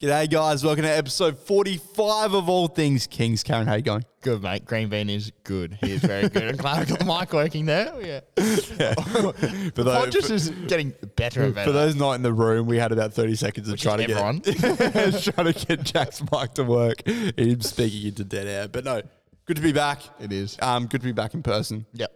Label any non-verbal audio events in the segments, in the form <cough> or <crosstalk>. G'day, guys. Welcome to episode 45 of All Things Kings. Karen, how you <laughs> going? Good, mate. Green Bean is good. He is <laughs> very good. I'm glad I got the mic working there. Oh, Yeah. For The those, podcast is getting better and better. for those not in the room, we had about 30 seconds of is trying to everyone. get <laughs> trying to get Jack's mic to work. Him speaking into dead air. But no, good to be back. It is. Um, good to be back in person. yep.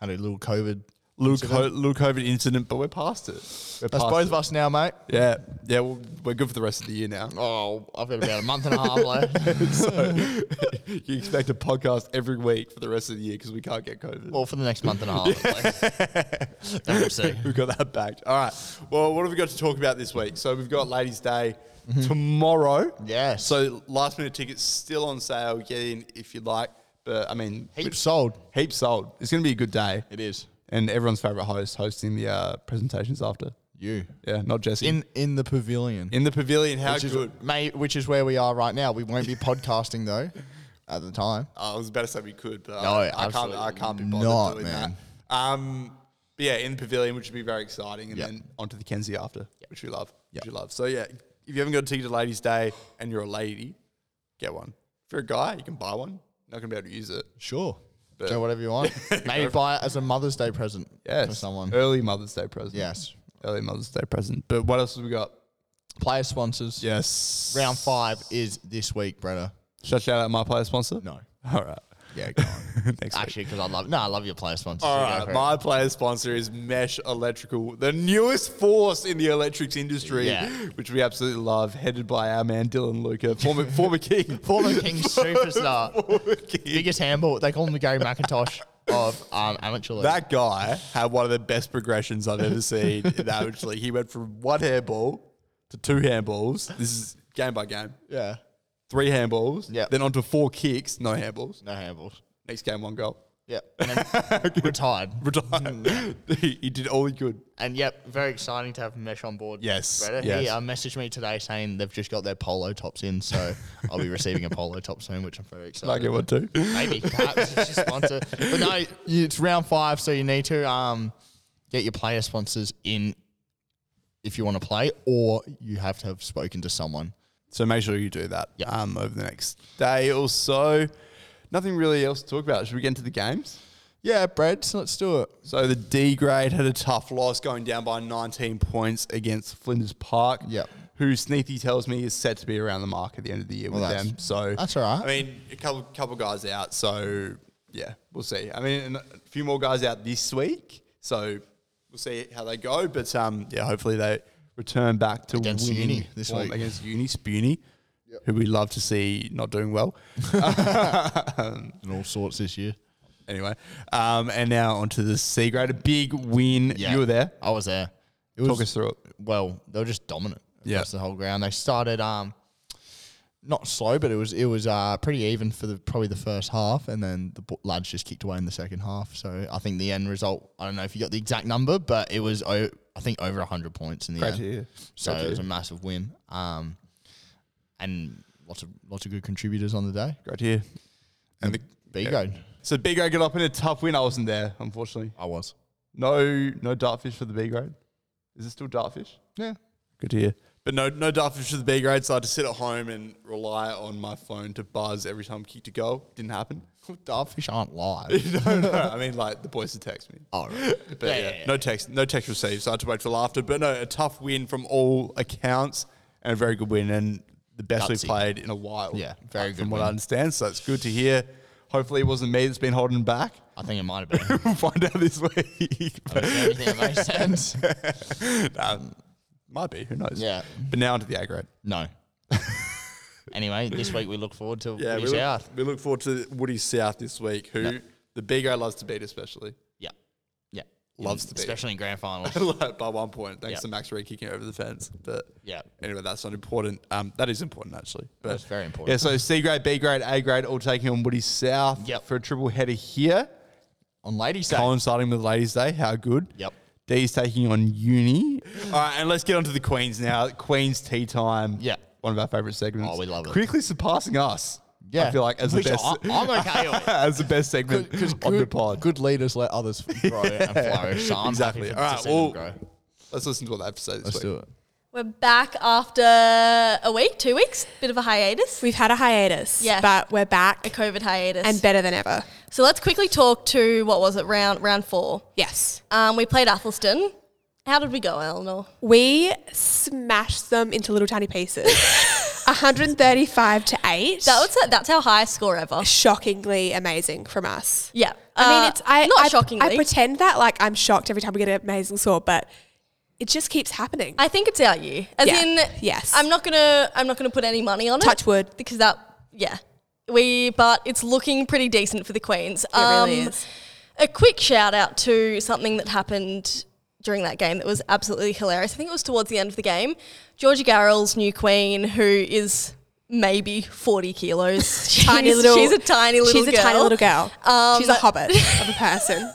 Had a little COVID. Little, co- little COVID incident, but we're past it. We're That's past both it. of us now, mate. Yeah, yeah, well, we're good for the rest of the year <laughs> now. <laughs> Oh, I've got about a month and a half left. You expect a podcast every week for the rest of the year because we can't get COVID. Well, for the next month and a half. Like, we'll see. <laughs> We've got that backed. All right. Well, what have we got to talk about this week? So we've got Ladies' Day tomorrow. Mm-hmm. Yes. So last minute tickets still on sale. Get in if you'd like. But I mean, Heaps sold. heaps sold. It's going to be a good day. It is. And everyone's favorite host hosting the uh, presentations after. You. Yeah, not Jesse. In, In in the pavilion. in the pavilion. How which, good. Is, mate, which is where we are right now. We won't be podcasting, though, at the time. I Oh, was about to say we could, but No, I, I can't. I absolutely can't be bothered not, doing man. that. Um, but yeah, in the pavilion, which would be very exciting, and Yep. then onto the Kenzie after, which we love, Yep. which we love. So yeah, if you haven't got a ticket to Ladies' Day and you're a lady, get one. If you're a guy, you can buy one. You're not gonna be able to use it. Sure. so whatever you <laughs> want. Maybe buy it as a Mother's Day present Yes, for someone. Early Mother's Day present. Yes. Early Mother's Day present. But what else have we got? Player sponsors. Yes. Round five is this week, Brenner. Should I shout out my player sponsor? No. All right. Yeah, go on. <laughs> Next week. Actually, because I love no, I love your player sponsors. All so go right, for it. my player sponsor is Mesh Electrical, the newest force in the electrics industry, Yeah. which we absolutely love, headed by our man Dylan Luca, former <laughs> former king, <laughs> former King superstar, <laughs> former king. biggest handball. They call him the Gary McIntosh of um, amateur <laughs> league. That guy had one of the best progressions I've ever seen in <laughs> the amateur league. He went from one handball to two handballs. This is game by game. yeah, Three handballs, Yep. then onto four kicks, no handballs. no handballs. Next game, one <laughs> goal. <laughs> Yeah, and then retired. Retired. he, he did all he could. And yep, very exciting to have Mesh on board. Yes, Brother. yes. He uh, messaged me today saying they've just got their polo tops <laughs> in, so I'll be receiving a polo top soon, which I'm very excited. I get one too. Maybe perhaps it's your sponsor, but no, you- it's round five, so you need to um, get your player sponsors in if you want to play, or you have to have spoken to someone. So make sure you do that um, over the next day or so. Nothing really else to talk about. Should we get into the games? Yeah, Brad, let's do it. So the D grade had a tough loss, going down by 19 points against Flinders Park. Yep. Who Sneethy tells me is set to be around the mark at the end of the year with that's- them. So that's all right. I mean, a couple couple guys out. So yeah, we'll see. I mean, and a few more guys out this week. So we'll see how they go. But um, yeah, hopefully they return back to Against winning Uni this form week. against Uni Spuni. Who we love to see not doing well. And all sorts this year. Anyway, um, and now onto the C grade. A big win. You were there. I was there. It Talk was us through it. well, they were just dominant Yeah. across the whole ground. They started um not slow, but it was it was uh, pretty even for the probably the first half, and then the bo- lads just kicked away in the second half. So I think the end result, I don't know if you got the exact number, but it was o- I think over hundred points in the Great end. to hear. So Great to it was a hear. massive win, um, and lots of lots of good contributors on the day. Great to hear. And the, B grade, so B grade got up in a tough win. I wasn't there, unfortunately. I was. No, no dartfish for the B grade. Is it still dartfish? Yeah, Good to hear. But no, no dartfish for the B grade. So I had to sit at home and rely on my phone to buzz every time I kicked a goal. Didn't happen. <laughs> Darfish aren't live. no, no. I mean, like the boys would text me. oh, right. <laughs> But yeah, Yeah, yeah, yeah. no text, no text received. So I had to wait till after. But no, a tough win from all accounts and a very good win and the best Gutsy. we've played in a while. Yeah, very From good what I win. understand, so it's good to hear. Hopefully, it wasn't me that's been holding back. <laughs> I think it might have been. <laughs> we'll find out this week. <laughs> I don't see anything that makes sense. um, might be. Who knows? Yeah. But now onto the A grade. <laughs> No. anyway, this week we look forward to Yeah, yeah, we Woody's look, we look forward to Woody South this week, who the big O loves to beat, especially. Yeah. Yeah. Loves In- to be. Especially in grand finals. <laughs> Like, By one point, thanks Yeah. to Max Reed kicking it over the fence. But Yeah. anyway, that's not important. Um, that is important actually. But That's very yeah, important. so C grade, B grade, A grade, all taking on Woody South Yep. for a triple header here, On Ladies' Day. coinciding with Ladies' Day. How good. Yep. D's taking on Uni. All right, and let's get on to the Queens now. Queens tea time. Yeah. One of our favourite segments. Oh, we love it. Quickly surpassing us. Yeah. I feel like as the Which best I, I'm okay <laughs> with. as the best segment on the pod. Good leaders <laughs> let others grow and flourish. So I'm Exactly. Happy for All to right, see them well, grow. Let's listen to what they have to say this Let's week. do it. We're back after a week, two weeks, bit of a hiatus, We've had a hiatus, Yes. but we're a back COVID hiatus. and better than ever. so let's quickly talk to what was it round round four. Yes. Um, we played Athelston. How did we go, Eleanor? We smashed them into little tiny pieces. <laughs> 135 to 8. That was that's our highest score <laughs> ever. shockingly amazing from us. Yeah, I Uh, mean, it's I not I, shockingly. I pretend that like I'm shocked every time we get an amazing score, but it just keeps happening. I think it's our year. As Yeah. in, Yes. I'm not gonna I'm not gonna put any money on it Touch wood. because that yeah we but it's looking pretty decent for the Queens. It really is. A quick shout out to something that happened during that game that was absolutely hilarious. I think it was towards the end of the game. Georgie Garrell's new queen, who is maybe 40 <laughs> kilos, Tiny she's, little. she's a tiny little She's girl. a tiny little girl. Um, she's a but- hobbit <laughs> of a person.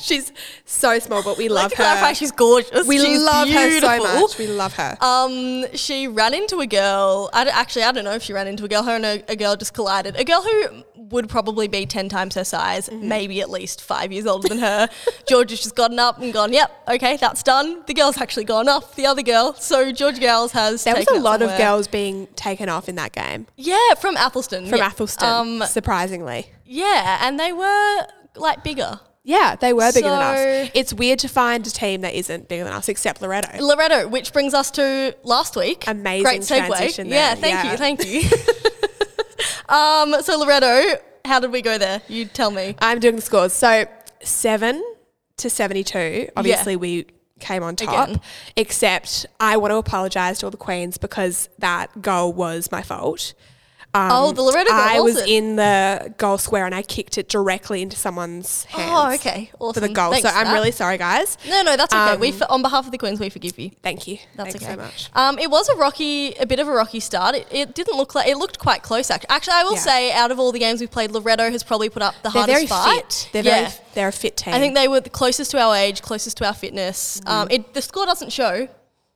she's so small, but we I'd like love to her. clarify, she's gorgeous. we She's love her so beautiful. much. We love her. Um, she ran into a girl. I d- actually, I don't know if she ran into a girl. Her and a, a girl just collided. A girl who would probably be ten times her size, Mm-hmm. maybe at least five years older than her. <laughs> George has just gotten up and gone. Yep, okay, that's done. The girl's actually gone off. The other girl. So George Gales has. there was taken a it lot of somewhere. girls being taken off in that game Yeah, from Athelston. from yeah. Athelston, Um, surprisingly. yeah, and they were like bigger. Yeah, they were bigger than So- us. It's weird to find a team that isn't bigger than us, except Loretto. Loretto, which brings us to last week. Amazing Great segue. transition there. Yeah, thank Yeah. you, thank you. <laughs> <laughs> um, so Loretto, how did we go there? You tell me. I'm doing the scores. So seven to 72. Obviously, we came on top. Again. Except I want to apologise to all the queens because that goal was my fault. Um, Oh, the Loretto goal, I was was it? in the goal square and I kicked it directly into someone's hands. Oh, okay. Awesome. For the goal. Thanks so for I'm that. really sorry, guys. No, no, that's okay. we, Um, for, on behalf of the Queens, we forgive you. Thank you. That's Thanks okay. so much. Um, it was a rocky, a bit of a rocky start. It, it didn't look like it looked quite close. Actually, actually, I will Yeah. say, out of all the games we played, Loretto has probably put up the They're hardest very fight. fit. They're yeah. very, they're a fit team. I think they were the closest to our age, closest to our fitness. Mm. Um, it, the score doesn't show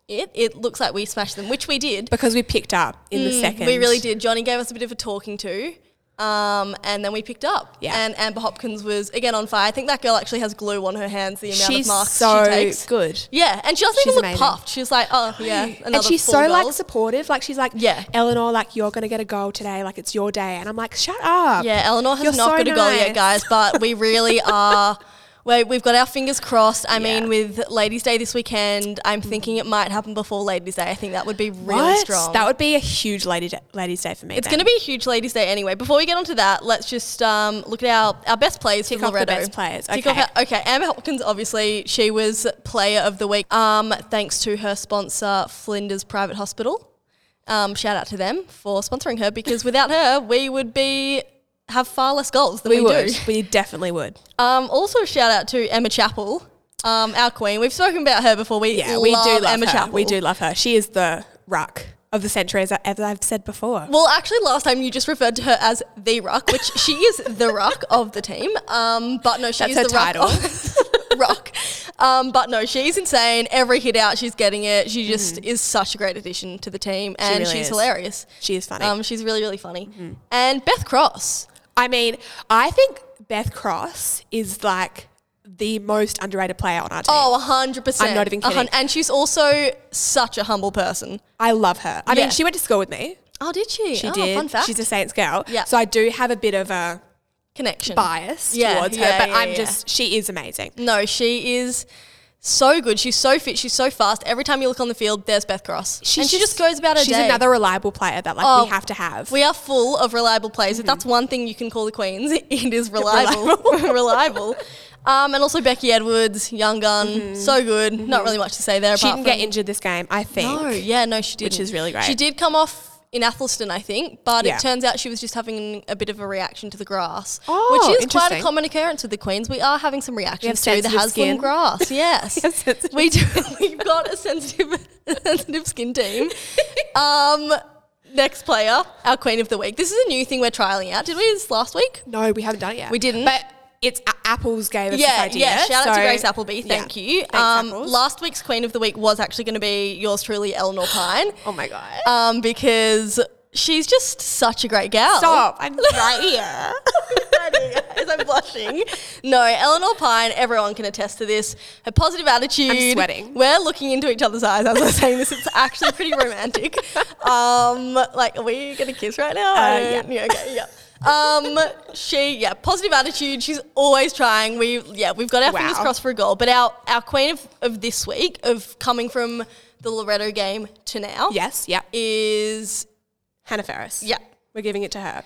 it. It looks like we smashed them, which we did. because we picked up in the second. Mm, We really did. Johnny gave us a bit of a talking to. Um, and then we picked up. Yeah. And Amber Hopkins was again on fire. I think that girl actually has glue on her hands, the amount She's of marks so she takes. good. Yeah. And she doesn't She's even look amazing. puffed. She's like, oh, yeah. Another <gasps> and she's four so like goals. supportive. Like she's like, Yeah. Eleanor, like you're gonna get a goal today. Like it's your day. And I'm like, shut up. Yeah, Eleanor has You're not so got a goal yet, nice. guys, but we <laughs> really are. we we've got our fingers crossed. I mean, with Ladies' Day this weekend, I'm thinking it might happen before Ladies' Day. I think that would be really What? strong. That would be a huge lady day, ladies' day for me. it's going to be a huge Ladies' Day anyway. Before we get onto that, let's just um, look at our, our best plays Tick for off the Loretto. best players, Tick okay. off our- okay, Amber Hopkins, obviously, she was player of the week um, thanks to her sponsor, Flinders Private Hospital. Um, shout out to them for sponsoring her <laughs> because without her, we would be have far less goals than we, we, would. do. We definitely would. Um, also, shout out to Emma Chappell, um, our queen. We've spoken about her before. We Yeah, love we do love Emma her. Chappell. We do love her. She is the ruck of the century, as, I, as I've said before. Well, actually, last time you just referred to her as the ruck, <laughs> which she is the ruck of the team. Um, but no, she That's is her the title. ruck. Of <laughs> ruck. Um, but no, she's insane. Every hit out, she's getting it. She just is such a great addition to the team, and Mm-hmm. really she's is. hilarious. She is funny. Mm-hmm. Um, she's really, really funny. And Beth Cross. I mean, I think Beth Cross is like the most underrated player on our team. Oh, 100%. I'm not even A hun- kidding. And she's also such a humble person. I love her. I Yeah. mean, she went to school with me. Oh, did she? She oh, did. Fun fact. She's a Saints girl. Yeah. So I do have a bit of a connection. bias Yeah, towards yeah, her, but yeah, I'm yeah. just she is amazing. No, she is so good. She's so fit. She's so fast. Every time you look on the field, there's Beth Cross. and she just goes about her She's day. another reliable player that like Oh, we have to have. Mm-hmm. We are full of reliable players. If that's one thing you can call the Queens, <laughs> it is reliable. <laughs> Reliable. Um, and also Becky Edwards, young gun, so good. Not really much to say there. Mm-hmm. she apart didn't get from- injured this game, I think. No, yeah, no, she did, is really great. She did come off in Athelston, I think, but Yeah. it turns out she was just having a bit of a reaction to the grass, Oh, which is quite a interesting. common occurrence with the Queens. We are having some reactions to the sensitive Haslam skin. <laughs> grass. Yes, have sensitive we do. <laughs> We've got a sensitive, <laughs> sensitive skin team. Um, next player, our Queen of the Week. This is a new thing we're trialing out. Did we this last week? No, we haven't done it yet. We didn't. But it's A- Apple's gave us Yeah, this idea. yeah. Shout out to so- Grace Appleby. Yeah. Thank you. Thanks, um, Apples. last week's Queen of the Week was actually going to be yours truly, Eleanor Pine. Oh my god. um, because she's just such a great gal. <laughs> Stop. I'm right here. As I'm blushing. blushing. No, Eleanor Pine, everyone can attest to this. Her positive attitude. sweating. We're looking into each other's eyes as we're saying this. It's actually pretty <laughs> romantic. Um, like, are we going to kiss right now? I Uh, yeah. don't- yeah, okay, yeah. Um, she, yeah, positive attitude. She's always trying. We, yeah, we've got our Wow. fingers crossed for a goal. But our, our queen of, of this week, of coming from the Loretto game to now, Yes, yeah. is Hannah Ferris. Yeah. We're giving it to her.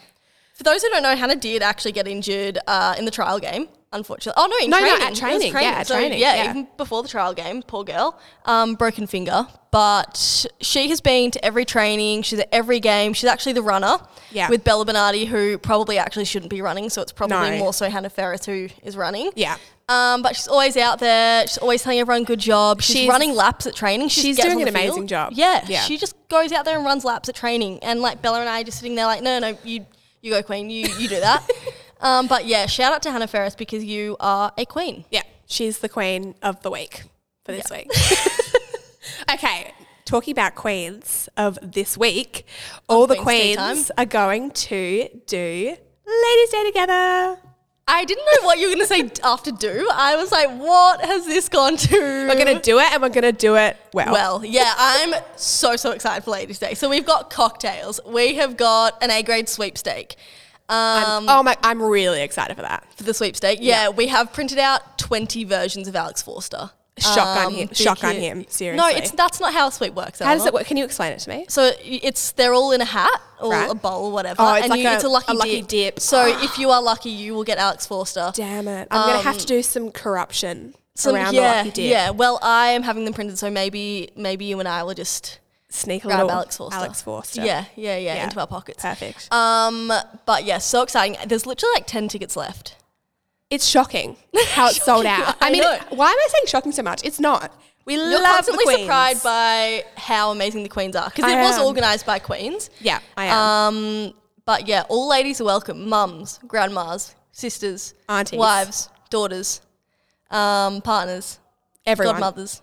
For those who don't know, Hannah did actually get injured uh, in the trial game, unfortunately. Oh no, in No, no, training. at It was training. Yeah, at So, training, Yeah, yeah. even before the trial game, poor girl, um, broken finger. But she has been to every training. She's at every game. She's actually the runner Yeah. with Bella Bernardi, who probably actually shouldn't be running. So it's probably No. more so Hannah Ferris who is running. Yeah. Um, but she's always out there. She's always telling everyone good job. She's, She's- running laps at training. She she's gets doing on an the amazing field. job. Yeah, Yeah. She just goes out there and runs laps at training. And like Bella and I are just sitting there like, no, no, you you go queen, you you do <laughs> that. um, but yeah, shout out to Hannah Ferris because you are a queen. Yeah. She's the queen of the week for <laughs> this week. okay. Talking about queens of this week, all the Queen's Day queens are going to do Ladies' Day together. I didn't know what you were gonna say after do. I was like, what has this gone to? We're going to do it and we're going to do it <laughs> well. Well, yeah, I'm so so excited for Ladies' Day. So we've got cocktails. We have got an A grade sweepstake. Um, I'm- oh my, I'm really excited for that. for the sweepstake. Yeah, we have printed out 20 versions of Alex Forster. Shotgun Um, him. big Shotgun hit. him. Seriously. No, it's that's not how a sweep works. How does Eleanor. it work? Can you explain it to me? So it's they're all in a hat or Right. a bowl, whatever. Oh, it's like you, a- it's a lucky, a lucky dip. dip. So if you are lucky, you will get Alex Forster. Damn it. I'm going to have to do some corruption Um, Some- around yeah, the lucky dip. yeah. Well, I am having them printed, so maybe maybe you and I will just Sneak a grab little Alex Forster. Alex Forster. Yeah, yeah, yeah, Yeah. into our pockets. Perfect. Um, but yeah, so exciting. There's literally like ten tickets left. It's shocking how it's sold out. <laughs> I I mean, know. why am I saying shocking so much? It's not. We You're love the constantly queens. surprised by how amazing the queens are because it I was am. organised by queens. Yeah, I am. Um, but yeah, all ladies are welcome. Mums, grandmas, sisters, Aunties. wives, daughters, um, partners, Everyone. godmothers.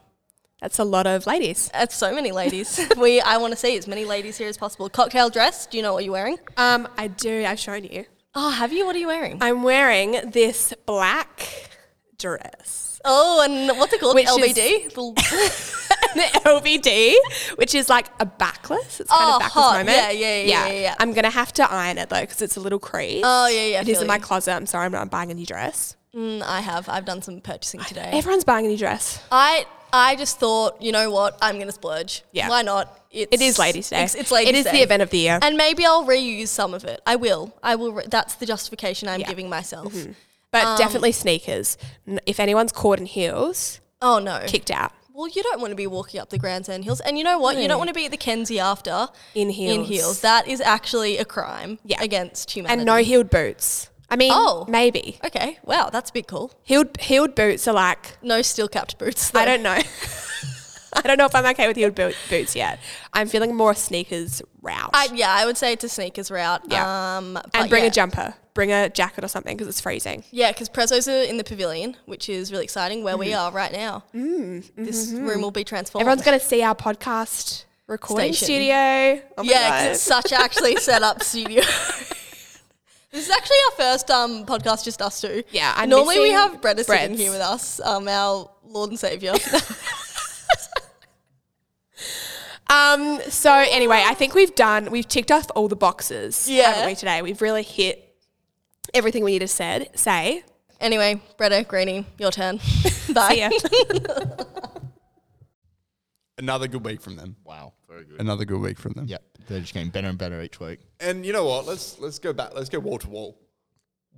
That's a lot of ladies. That's so many ladies. <laughs> we I want to see as many ladies here as possible. Cocktail dress. Do you know what you're wearing? Um, I do. I've shown you. Oh, have you? What are you wearing? I'm wearing this black dress, Oh, and what's it called? Which LBD. is- The- <laughs> the LBD, which is like a backless. It's kind Oh, of backless hot. moment. Yeah, yeah, yeah, yeah, yeah. I'm gonna have to iron it though because it's a little crease. Oh, yeah, yeah, I It is feel in my you. closet. I'm sorry, I'm not buying a new dress. <laughs> Mm, I have. I've done some purchasing today. Everyone's buying a new dress. I I just thought, you know what? I'm gonna splurge. Yeah. Why not? It's, It is Ladies' Day. It's, it's ladies' It is Day. the event of the year. and maybe I'll reuse some of it. I will. I will. Re- that's the justification I'm giving myself. Mm-hmm. But Um, definitely sneakers. N- If anyone's caught in heels, Oh no. kicked out. Well, you don't want to be walking up the Grandstand Hills, and you know what? You don't want to be at the Kenzie after In In heels. heels, that is actually a crime Yeah. against humanity. And no heeled boots. I mean, Oh. maybe. Okay. Wow, that's a bit cool. Heeled, heeled boots are like, No steel capped boots. I though. don't know. <laughs> I don't know if I'm okay with heeled boot, boots yet. I'm feeling more sneakers route. I, yeah, I would say it's a sneakers route. Yeah. Um, but and bring yeah. a jumper, bring a jacket or something because it's freezing. Yeah, because prezos are in the pavilion, which is really exciting, where we are right now. Mm, this room will be transformed. Mm-hmm. Everyone's going to see our podcast recording Station. studio. Oh my yeah, God. because it's such a actually set up studio. <laughs> this is actually our first um, podcast, just us two. Yeah, I'm normally we missing have Bretta sitting Brett's. here with us, um, our Lord and Savior. <laughs> Um. So anyway, I think we've done. We've ticked off all the boxes. Yeah. Haven't we today? We've really hit everything we need to said say. anyway, Bretta, Greenie, your turn. <laughs> Bye. Yeah. Another good week from them. Wow, very good. Another good week from them. Yep, they're just getting better and better each week. And you know what? Let's let's go back. Let's go wall to wall,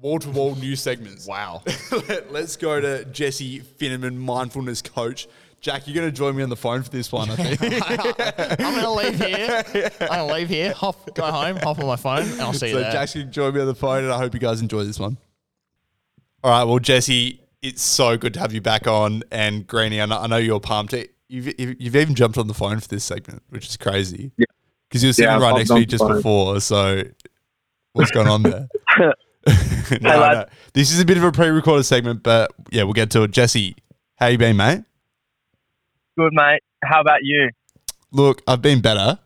wall to wall news segments. <laughs> Wow. Let, us go to Jesse Finneman, mindfulness coach. Jack, you're going to join me on the phone for this one, I think. <laughs> I'm gonna leave here. I'm gonna leave here. Hop, go home. Hop on my phone, and I'll see you so there. Jack's going to join me on the phone, and I hope you guys enjoy this one. All right, well, Jesse, it's so good to have you back on. And Greenie, I know, I know you're pumped. You've, you've even jumped on the phone for this segment, which is crazy. Yeah. Because you were sitting Yeah, I right popped next on to me the just phone. before. So, what's going on <laughs> there? <laughs> no, lad. no. This is a bit of a pre-recorded segment, but yeah, we'll get to it. Jesse, how you been, mate? Good, mate. How about you? Look, I've been better,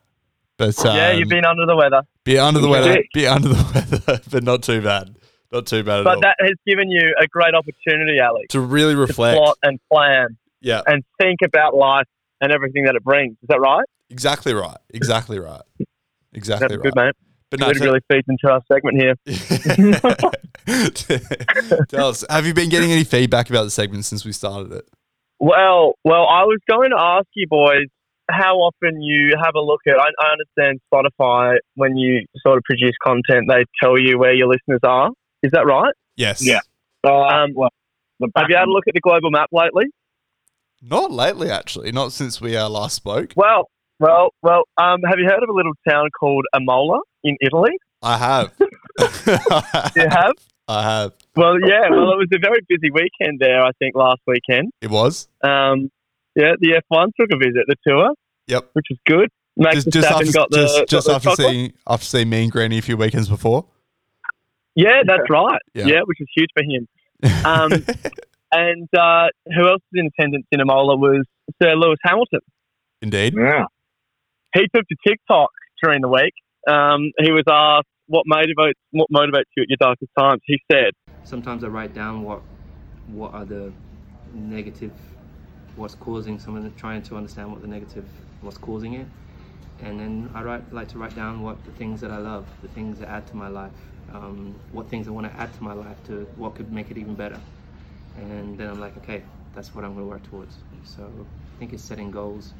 but um, yeah, you've been under the weather. bit under the <laughs> You're weather, sick. bit under the weather, but not too bad. Not too bad at all. But that has given you a great opportunity, Alex, to really to reflect. plot and plan Yeah, and think about life and everything that it brings. Is that right? exactly right. Exactly right. Exactly That's right. good, mate. But No, no, it so- really feeds into our segment here. <laughs> Tell us, have you been getting any feedback about the segment since we started it? Well, well, I was going to ask you boys how often you have a look at. I, I understand Spotify when you sort of produce content, they tell you where your listeners are. Is that right? Yes. Yeah. So, uh, Um, well, the Have you had a look at the global map lately? Not lately, actually. Not since we uh, last spoke. Well, well, well. Um, have you heard of a little town called Amola in Italy? I have. <laughs> You have? I have. well, yeah. Well, it was a very busy weekend there. I think last weekend. It was. Um, yeah, the F1 took a visit, the tour, Yep. which was good. Max Just, just Verstappen after, got the just, got just the after chocolate. seeing after seeing me and Granny a few weekends before. Yeah, that's right. Yeah. Yeah. which is huge for him. Um, and uh, who else was in attendance in Amola was Sir Lewis Hamilton. <laughs> Indeed. Yeah. He took to TikTok during the week. Um, he was asked what motivates what motivates you at your darkest times. He said, sometimes I write down what what are the negative what's causing some of the trying to understand what the negative what's causing it and then I write, like to write down what the things that I love the things that add to my life um, what things I want to add to my life to what could make it even better and then I'm like okay that's what I'm going to work towards so I think it's setting goals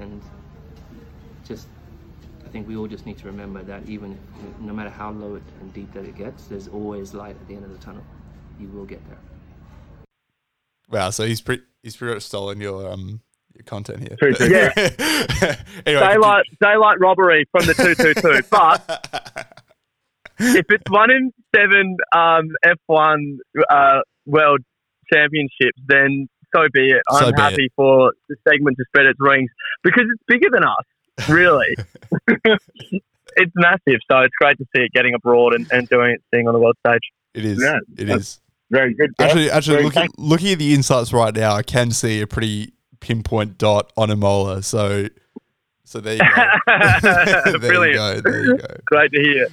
and just I think we all just need to remember that even if, no matter how low it, and deep that it gets, there's always light at the end of the tunnel. You will get there. Wow. So he's pretty. He's pretty much stolen your um your content here. Pretty true. Yeah. <laughs> anyway, <laughs> "Daylight daylight robbery from the two two two, but if it's one in seven um, F1 uh, world championships, then so be it. So I'm be happy for the segment to spread its wings because it's bigger than <laughs> us, really. it's massive, so it's great to see it getting abroad and, and doing its thing on the world stage. It is. Yeah, it that's- is. Very good. Jeff. Actually, actually, Very looking, looking at the insights right now, I can see a pretty pinpoint dot on Emola. So, so <laughs> there you <laughs> go. there you go. Brilliant. There you go. Great to hear.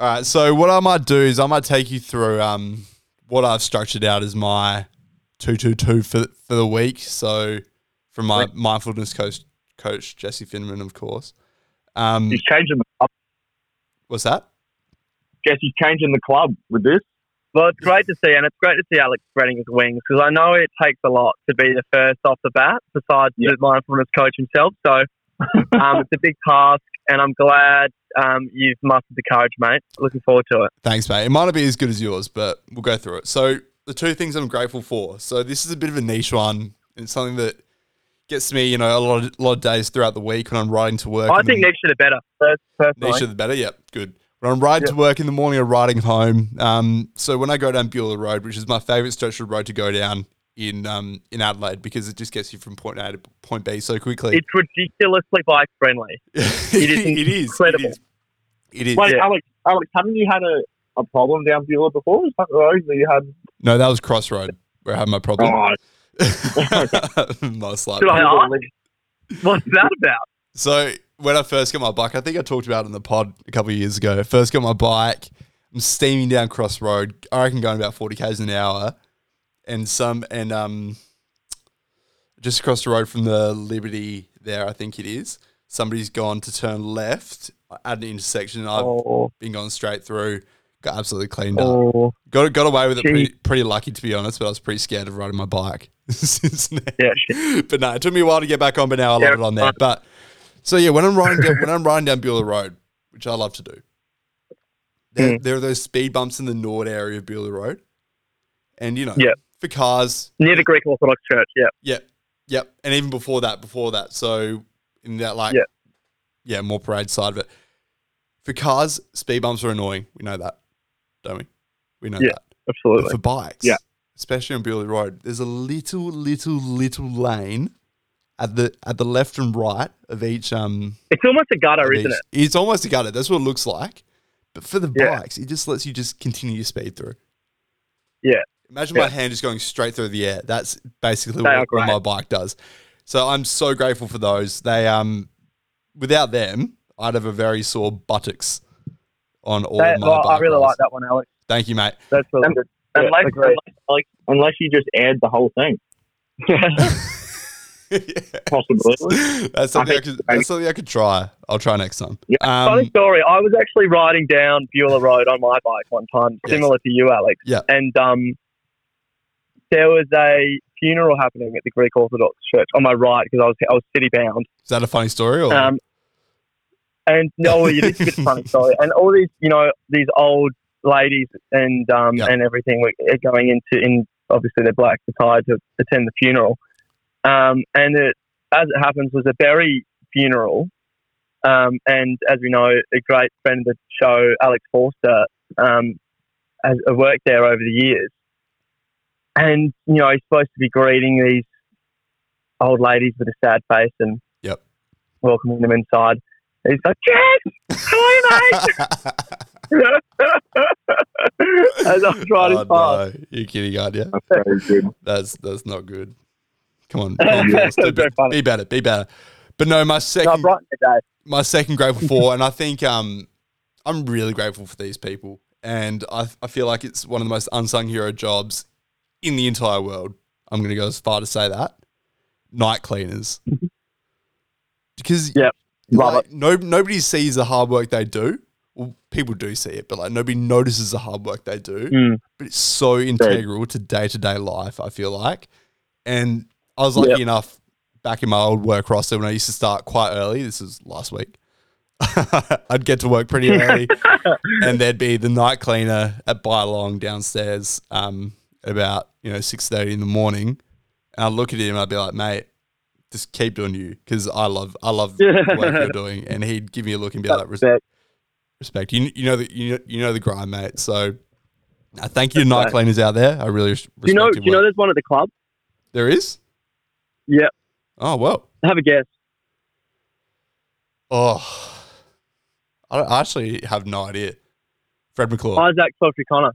All right. So what I might do is I might take you through um what I've structured out as my two two two for for the week. So from my mindfulness coach coach Jesse Finman, of course. Um, He's changing the club. what's that? Jesse's changing the club with this. Well, it's great to see, and it's great to see Alex spreading his wings because I know it takes a lot to be the first off the bat, besides Yeah. the mindfulness coach himself. So um, it's a big task, and I'm glad um, you've mustered the courage, mate. Looking forward to it. Thanks, mate. It might not be as good as yours, but we'll go through it. So, the two things I'm grateful for. So, this is a bit of a niche one. It's something that gets me, you know, a lot of, lot of days throughout the week when I'm riding to work. I in the think next year the better. First, personally. Niche of the better. Yep, good. When I'm riding to work in the morning or riding home, um, so when I go down Beulah Road, which is my favourite stretch of road to go down in um, in Adelaide, because it just gets you from point A to point B so quickly. <laughs> It's ridiculously bike friendly. it is incredible. It is. Wait, Yeah. Alex, Alex, haven't you had a, a problem down Beulah before? Is that right? That you had? No, that was Crossroad where I had my problem. <laughs> Oh, <laughs> Most Should likely. I ask? What's that about? So when I first got my bike, I think I talked about it in the pod a couple of years ago. First got my bike, I'm steaming down Cross Road. I reckon going about forty k's an hour, and some and um, just across the road from the Liberty there, I think it is. Somebody's gone to turn left at an intersection. And I've Oh, been going straight through. Got absolutely cleaned up. oh. Got got away with it. Gee. Pretty, pretty lucky, to be honest. But I was pretty scared of riding my bike <laughs> since then. Yeah, <laughs> shit. but no, it took me a while to get back on. But now I Yeah, love it on there. But so yeah, when I'm riding down, when I'm riding down Beulah Road, which I love to do, there, Mm. there are those speed bumps in the Nord area of Beulah Road, and you know, Yeah. for cars, Near the Greek Orthodox Church, yeah. Yep. Yep. And even before that, before that. So in that like Yeah. yeah, more parade side of it. For cars, speed bumps are annoying. We know that. Don't we? We know Yeah, that. But Absolutely. for bikes, Yeah. especially on Bewley Road, there's a little, little, little lane at the at the left and right of each um It's almost a gutter, of isn't each- it? It's almost a gutter. That's what it looks like. But for the Yeah. bikes, it just lets you just continue your speed through. Yeah. Imagine my Yeah. hand just going straight through the air. That's basically They what, are what great. my bike does. So I'm so grateful for those. They um, without them, I'd have a very sore buttocks. on all That- oh, of my well, I bike really rides. like that one, Alex. Thank you, mate. <laughs> That's really And- good. Yeah, Unless, agree. unless, like, unless you just add the whole thing, possibly. <laughs> That's something I, could, that's something I could try. I'll try next time. Yeah, Um, Funny story. I was actually riding down Beulah Road on my bike one time, Yes. similar to you, Alex. Yeah. And um, there was a funeral happening at the Greek Orthodox Church on my right because I was I was city bound. is that a funny story? Or? Um, and no, it is a bit funny story. And all these, you know, these old ladies and um Yeah. and everything were are going into in obviously they're black attire to attend the funeral. Um, and it, as it happens, was a berry funeral. Um, and as we know, a great friend of the show, Alex Forster, um, has uh, worked there over the years. And you know, he's supposed to be greeting these old ladies with a sad face and Yep. welcoming them inside. And he's like, "Jess, how are you, mate?" <laughs> as I'm riding Oh, past. no. You're kidding, aren't you? That's very good. That's that's not good. Come on, come on, guys, do Very better. funny. be better, be better. But no, my No, second I'm right today. my second grateful for, and I think um, I'm really grateful for these people, and I I feel like it's one of the most unsung hero jobs in the entire world. I'm going to go as far to say that night <laughs> cleaners, because Yep, love like, no nobody sees the hard work they do. Well, people do see it, but like nobody notices the hard work they do. Mm. But it's so integral to day to day life. I feel like, and I was lucky Yep. enough back in my old work roster when I used to start quite early. This is last week. <laughs> I'd get to work pretty early, and there'd be the night cleaner at Bylong downstairs um, at about you know six thirty in the morning. And I'd look at him, and I'd be like, "Mate, just keep doing you," because I love I love the work you're doing. And he'd give me a look and be like, "Res- Respect. "Respect, you you know the you know, you know the grind, mate." So, I thank you to night cleaners out there. I really res- respect Do you know? Do your you know? work. There's one at the club. There is. Yep. Oh well. Have a guess. Oh, I don't- I actually have no idea. Fred McClure. Isaac Sophie Connor.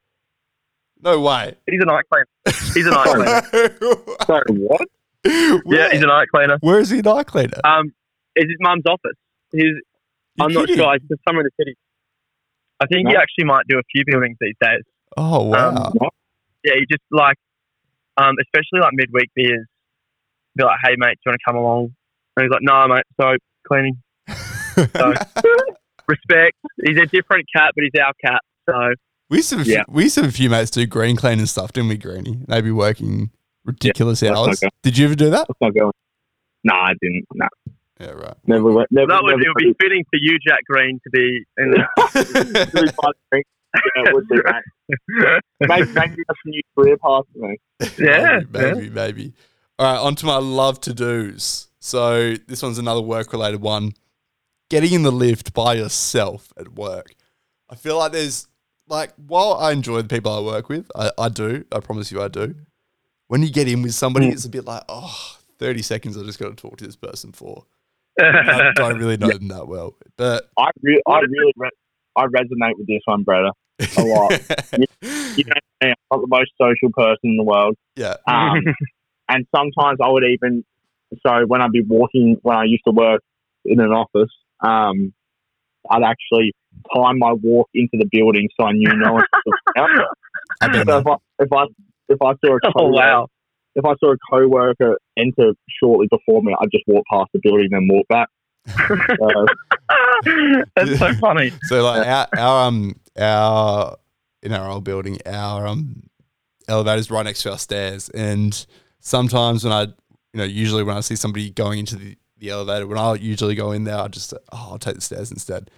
no <laughs> way. He's a night cleaner. He's <laughs> a night cleaner. Sorry, what? Where- yeah, he's a night cleaner. Where is he an eye cleaner? Um, it's his mum's office. He's. You're I'm not kidding. sure. It's just somewhere in the city. I think he actually might do a few buildings these days. Um, Oh wow. Yeah, he just like, um, especially like midweek beers. Be like, hey mate, do you want to come along? And he's like, no mate, sorry, cleaning. Respect. He's a different cat, but he's our cat. So <laughs> we used to have a few, Yeah. we used to have a few mates do green clean and stuff, didn't we, Greeny? They'd be working ridiculous that's hours. okay. Did you ever do that? That's not going. Nah, I didn't. Nah, Yeah, right. never. went- Never. that would never it would be fitting for you, Jack Green, to be in <laughs> Really fun drink. Yeah, it would be, <laughs> mate. Maybe, maybe that's a new career path, mate. <laughs> Yeah, maybe, maybe, maybe. All right, on to my love to dos. So this one's another work related one. Getting in the lift by yourself at work. I feel like there's like while I enjoy the people I work with, I, I do, I promise you I do. When you get in with somebody, it's a bit like, oh, 30 seconds I just gotta talk to this person for. I don't really know them that well. But I, re- I really, re- I resonate with this one, brother. A lot. <laughs> you know, I'm not the most social person in the world. <laughs> yeah. <laughs> Um, and sometimes I would even, so when I'd be walking, when I used to work in an office, um, I'd actually time my walk into the building so I knew <laughs> no one was out. I've been there. So if I, if I, if I saw a <laughs> Oh wow. if I saw a coworker enter shortly before me, I'd just walk past the building and <laughs> walk back. So, <laughs> That's so funny. So like our, our um our in our old building, our um elevator's right next to our stairs. And sometimes when I you know, usually when I see somebody going into the, the elevator, when I usually go in there, I just oh I'll take the stairs instead.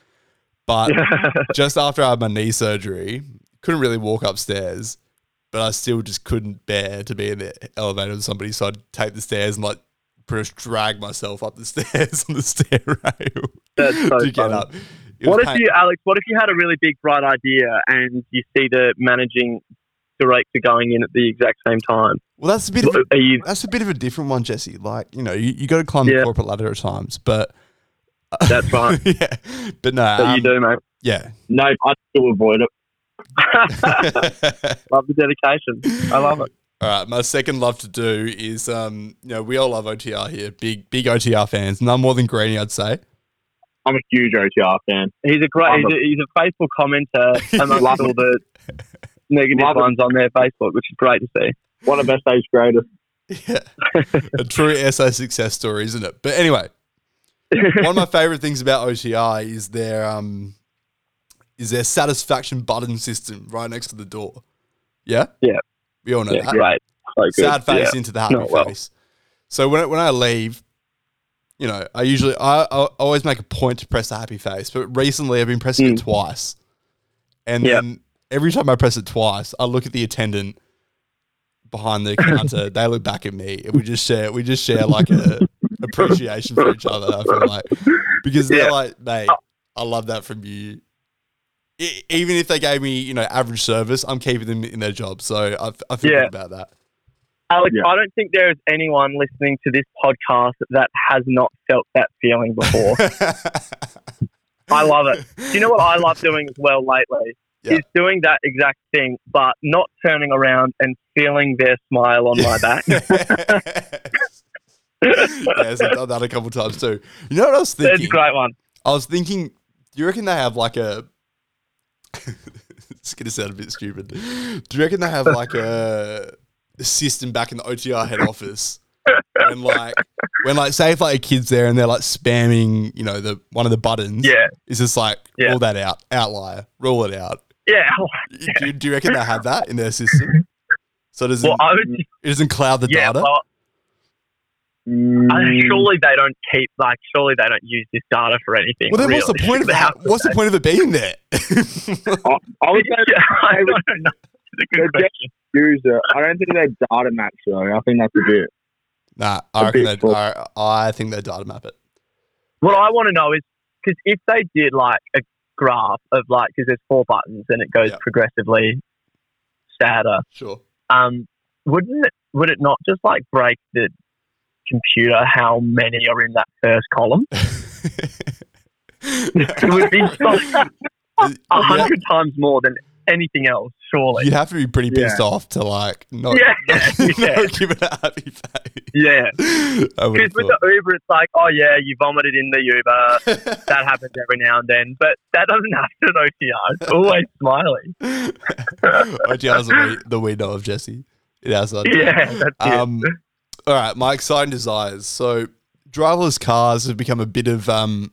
But <laughs> just after I had my knee surgery, couldn't really walk upstairs, but I still just couldn't bear to be in the elevator with somebody, so I'd take the stairs and like pretty much drag myself up the <laughs> stairs on the stair rail That's <laughs> so to get funny. up. It was What if pain- you, Alex? What if you had a really big, bright idea and you see the managing director going in at the exact same time? Well, that's a bit. Of Are you? that's a bit of a different one, Jesse. Like you know, you, you got to climb the Yeah. corporate ladder at times, but That's <laughs> right. <laughs> yeah, but no, That um, you do, mate. yeah. <laughs> <laughs> no, I still avoid it. love the dedication. I love it. All right, my second love to do is um, you know, we all love OTR here, big big OTR fans, none more than Greeny, I'd say. I'm a huge OTR fan. He's a great, Love he's a, he's a faithful commenter Love amongst all it. the negative Love it. ones on their Facebook, which is great to see. One of SA's greatest. Yeah. a <laughs> true SA success story, isn't it? But anyway, one of my favorite things about OCI is their um is their satisfaction button system right next to the door. Yeah? Yeah. We all know Yeah, that. great. So good. Sad Yeah. face into the happy Not well. face. So when I- when I leave, you know, I usually I, I always make a point to press the happy face, but recently I've been pressing it twice, and Mm. Yeah. then every time I press it twice, I look at the attendant behind the counter. they look back at me, and we just share we just share like <laughs> a appreciation for each other. I feel like because they're Yeah. like, mate, I love that from you. E- Even if they gave me, you know, average service, I'm keeping them in their job. So I, I feel Yeah. good about that. Alex, Yeah. I don't think there is anyone listening to this podcast that has not felt that feeling before. I <laughs> love it. Do you know what I love doing as well lately? Yeah. Is doing that exact thing, but not turning around and feeling their smile <laughs> on my back. yes, I've done that a couple times too. You know what I was That's thinking? a great one. I was thinking, do you reckon they have like a? <laughs> it's gonna sound a bit stupid. Do you reckon they have like a system back in the OTR head office? And like when like say if like a kid's there and they're like spamming, you know, the one of the buttons. Yeah. It's just like Yeah. rule that out, outlier, rule it out. Yeah. Do, you, do you reckon they have that in their system? So it doesn't Well, I would. it doesn't cloud the Yeah. data? Well, I- Mm, surely they don't keep like. Surely they don't use this data for anything. Well, then what's the <laughs> really. point of How that? could What's the they? point of it being there? <laughs> I, <laughs> I would Yeah, I they don't would- know. It's a good They're question. confuse it. I don't think they data match though. I think that's a bit. nah, I A reckon bit they. full. I, I think they data map it. What I want to know is because if they did like a graph of like because there's four buttons and it goes Yeah. progressively sadder, Sure. um, wouldn't it, would it not just like break the computer how many are in that first column? <laughs> It would be so- <laughs> a hundred times more than anything else, <laughs> surely. You'd have to be pretty pissed off to like not, Yeah, <laughs> <laughs> not, yeah. not give it a happy face. Yeah. I would Because have with thought. the Uber, it's like, oh yeah, you vomited in the Uber. That happens every now and then, but that doesn't <laughs> happen at OTR. It's always <laughs> smiling. OTR's the we, the we know of Jesse. It has that. Yeah, that's it. Um, all right, my exciting desires. So, driverless cars have become a bit of um,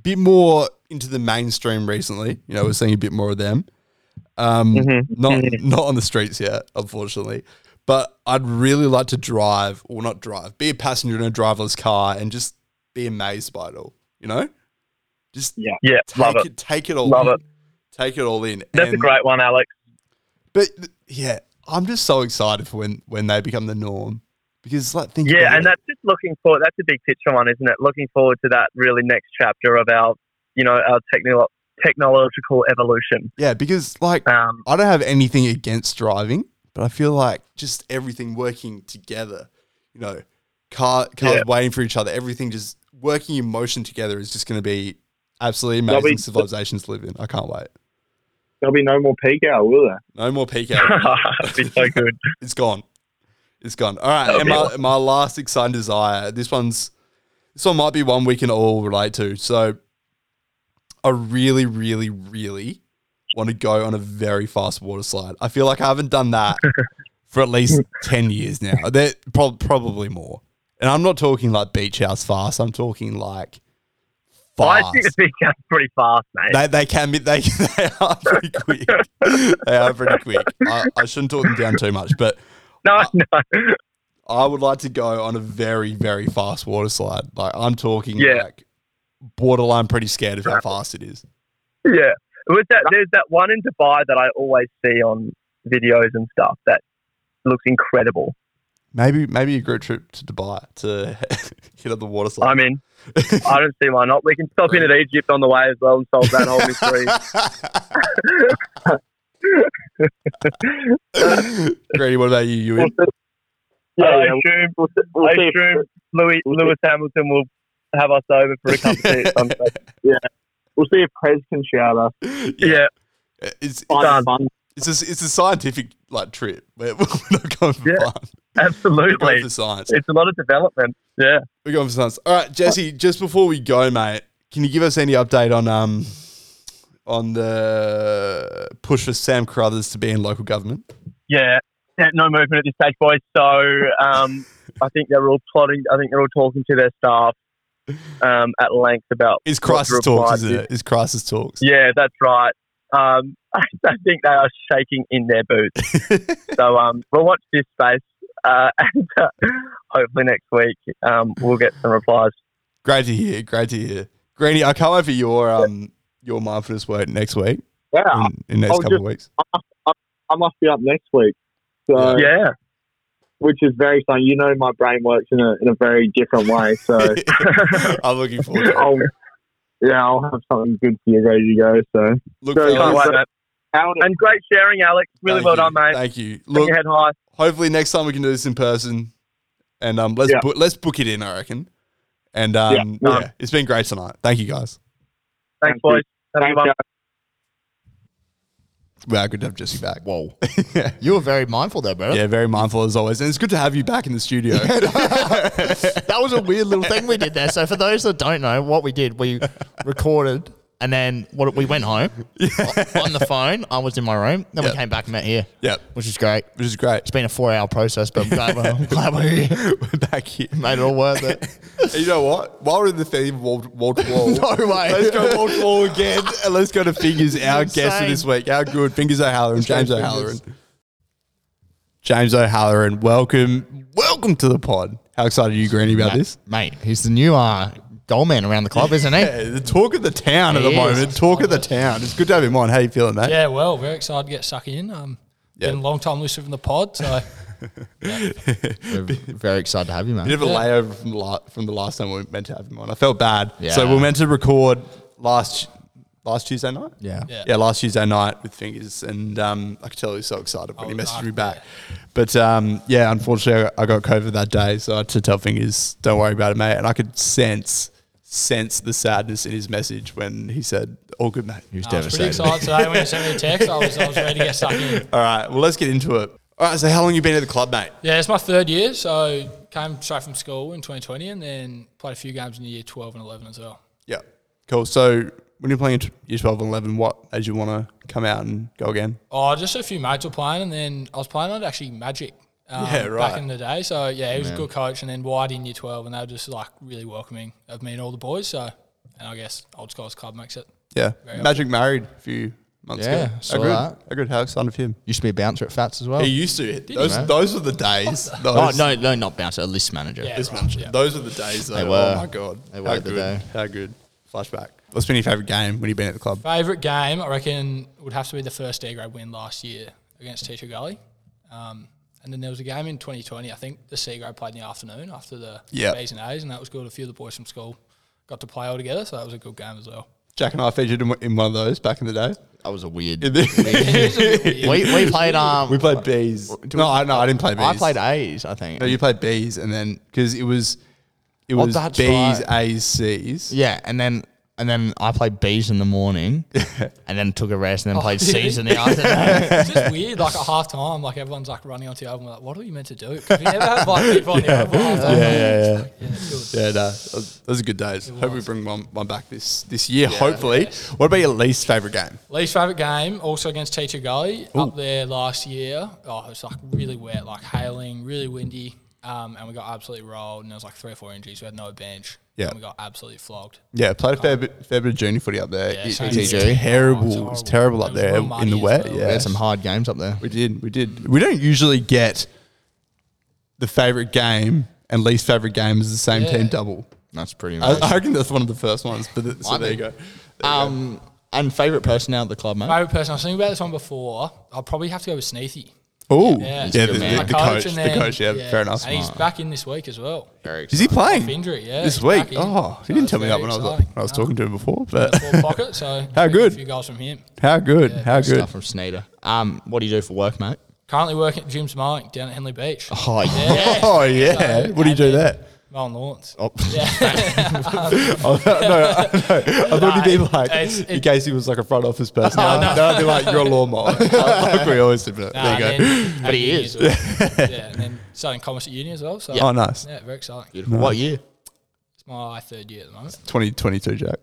bit more into the mainstream recently. You know, we're seeing a bit more of them. Um, Mhm. Not not on the streets yet, unfortunately. But I'd really like to drive, or not drive, be a passenger in a driverless car and just be amazed by it all. You know, just Yeah, take love it. it, take it all, Love in. it. take it all in. That's a And- great one, Alex. but th- yeah, I'm just so excited for when when they become the norm because like think Yeah, about and it. that's just looking forward. That's a big picture one, isn't it? Looking forward to that really next chapter of our, you know, our technolo- technological evolution. yeah because like Um, <laughs> I don't have anything against driving, but I feel like just everything working together, you know, car cars Yeah. waiting for each other, everything just working in motion together is just going to be absolutely amazing. That'll be- civilizations to live in. I can't wait. There'll be no more peak hour, will there? No more peak <laughs> out. it'd be so good. It's gone. It's gone. All right. That'll And be my, my last exciting desire. This one's this one might be one we can all relate to. So I really, really, really want to go on a very fast water slide. I feel like I haven't done that for at least ten years now. There prob- probably more. And I'm not talking like beach house fast. I'm talking like fast. I think the big goes pretty fast, mate. They, they can be they, <laughs> they are pretty quick. they are pretty quick. I, I shouldn't talk them down too much, but no, <laughs> no. I would like to go on a very, very fast water slide. Like I'm talking Yeah. like borderline pretty scared of how fast it is. yeah. With that, there's that one in Dubai that I always see on videos and stuff that looks incredible. Maybe maybe a group trip to Dubai to <laughs> hit up the water slide. I mean, I don't see why not. We can stop in at Egypt on the way as well and solve that whole <laughs> mystery. <laughs> Grady, what about you? You in? Yeah, Yeah, I Oh, yeah, assume, We'll see, we'll I see if- assume Louis, Lewis Hamilton will have us over for a cup of tea at some <laughs> stage. we'll see if Prez can shout us. Yeah, It's Done. Fun, fun. it's a, it's a scientific like trip. We're, <laughs> we're not going for Yeah. fun. We're going Absolutely. for science. It's a lot of development. Yeah. We're going for science. All right, Jesse. Just before we go, mate, can you give us any update on um on the push for Sam Carruthers to be in local government? Yeah. Yeah, No movement at this stage, boys. So um, I think they're all plotting. I think they're all talking to their staff um, at length about. It's what to crisis reply talks, to isn't it? It's crisis talks. Yeah, that's right. Um, <laughs> I think they are shaking in their boots. <laughs> so um, we'll watch this space, uh, <laughs> and uh, hopefully next week um, we'll get some replies. Great to hear. Great to hear. Greeny, I can't wait for your um your mindfulness work next week. Ah, Yeah, In, in next I'll couple of just- weeks. I must be up next week. So, yeah, which is very fun. You know, my brain works in a in a very different way. So, <laughs> <laughs> I'm looking forward <laughs> to it. I'll, yeah, I'll have something good for you ready to go. So, Look, So, can't fellas, wait, mate. how did- And great sharing, Alex. Really thank well you. done, mate. Thank you. Look, Look, your head high. hopefully next time we can do this in person, and um, let's Yeah. book, let's book it in. I reckon. And um, yeah, no. it's been great tonight. Thank you guys. Thanks, Thank you. boys. Have a good Thanks, one. guys. Wow, good to have Jesse back. Whoa. <laughs> yeah, You were very mindful there, bro. very mindful as always, and it's good to have you back in the studio. <laughs> that was a weird little thing we did there. So for those that don't know, what we did, we recorded and then what we went home O- on the phone. I was in my room. Then Yeah. we came back and met here. Yeah. Which is great. Which is great. <laughs> It's been a four hour process, but I'm glad we're, I'm glad we're <laughs> here. We're back here. Made it all worth it. And you know what? While we're in the theme of wall wall <laughs> to wall, No way. let's go wall to <laughs> wall again, and let's go to fingers. Our guest for Insane. this week, our good fingers O'Halloran, go James Fingers. O'Halloran. James O'Halloran, welcome, welcome to the pod. How excited are you, Greeny, about this? Mate, he's the new uh, goal man around the club, isn't he? Yeah, the talk of the town at the He is. moment. Talk of the town. It's good to have him on. How you feeling, mate? Yeah, well, very excited to get stuck in. Um, Been a long time loose from the pod, so uh, We're very excited to have you, Bit mate. of a layover from the, la- from the last time we were meant to have him on. I felt bad. Yeah. So we are meant to record last last Tuesday night. Yeah. yeah, Yeah. last Tuesday night with fingers, and um, I could tell he was so excited when he Oh, messaged God, me back. But um, yeah, unfortunately, I I got COVID that day, so I had to tell fingers, "Don't worry about it, mate." And I could sense sense the sadness in his message when he said, "All good, mate." He was I was pretty devastated. excited today when you sent me a text. I was, I was ready to get <laughs> stuck in. All right, well, let's get into it. All right, so how long you been at the club, mate? Yeah, it's my third year, so came straight from school in 2020 and then played a few games in year 12 and 11 as well. Yeah, cool. So when you're playing t- year twelve and eleven, what as you want to come out and go again? Oh, just a few mates were playing, and then I was playing on actually Magic. Um, Yeah, right. Back in the day, so yeah, he was a good coach, and then White in year 12, and they were just like really welcoming of me and all the boys. So, and I guess Old Scholars Club makes it. Yeah, Magic married a few months Yeah, ago. Oh, saw Agreed. that. Agreed. How excited of him? Used to be a bouncer at Fats as well. He used to. Those man? those were the <laughs> days. Oh, Those- no, no, not bouncer, a list manager. Yeah, This right, month. yeah. Those were the days. Though. They were. Oh my god. They were How the good. day. How good. Flashback. What's been your favorite game when you've been at the club? Favorite game, I reckon, would have to be the first D grade win last year against Teacher Gully. Um, and then there was a game in 2020. I think the C grade played in the afternoon after the Yeah. B's and A's, and that was good. A few of the boys from school got to play all together, so that was a good game <laughs> as well. Jack and I featured in, in one of those back in the day. That was a weird. It we, we played. Um, we played bees. No, I no, I didn't play bees. I played A's, I think. No, you played bees, and then because it was, it was Oh, that's bees, right. A's, C's. yeah, and then and then I played B's in the morning, and then took a rest, Oh, and then played C's in the <laughs> afternoon. was just weird. Like at half time, like everyone's like running onto the oval, like, what are you meant to do? 'Cause We never have like people on the oval. half time. yeah, yeah. Yeah, it's good. Yeah, no, those those are good days. Hope we bring one, one back this this year. hopefully. What about your least favorite game? Least favourite game, also against Teacher Gully, up there last year. Oh, it was like really wet, like hailing, really windy, um, and we got absolutely rolled. And there was like three or four injuries. We had no bench. Yeah. and we got absolutely flogged. Yeah, played a fair bit, fair bit of junior footy up there. Yeah, it, same it's here. Oh, it's terrible. it's horrible. terrible It up was there real in muddy the as wet. well. Yeah, we had some hard games up there. We did. We did. We don't usually get the favorite game and least favorite game is the same team double. That's pretty I, much. I reckon that's one of the first ones. But th- so Might there you be. go. There you go. um, and favorite person out of the club, mate. Favourite person, I was thinking about this one before. I'll probably have to go with Sneethy. Oh, yeah, the, yeah, he's a the, good man. the My coach, and the then- coach. Yeah, fair enough. And he's back in this week <laughs> as well. Very Is he playing Off injury, yeah. this he's week? back in. Oh, he So didn't it's tell me that very when I was exciting. when I was No. talking to him before. But Full pocket, so How a good. few goals from him. <laughs> how good? how good good? stuff from Sneeder. Um, what do you do for work, mate? Currently working at Jim's Mowing down at Henley Beach. Oh, yeah. Oh yeah. So, what do you do and then there? Mowing lawns. Oh. Yeah. <laughs> Oh, no, no, no. I thought he'd be Nah, like, it's- in it- case he was like a front office person. No, Oh, no, they'd be like, you're a lawnmower. <laughs> like we always did. but Nah, Oh, there you and go. <laughs> then But he at is. uni as well. yeah, and then starting commerce at uni as well. So Oh, nice. yeah, very exciting. <laughs> What year? It's my third year at the moment. 2022, Jack.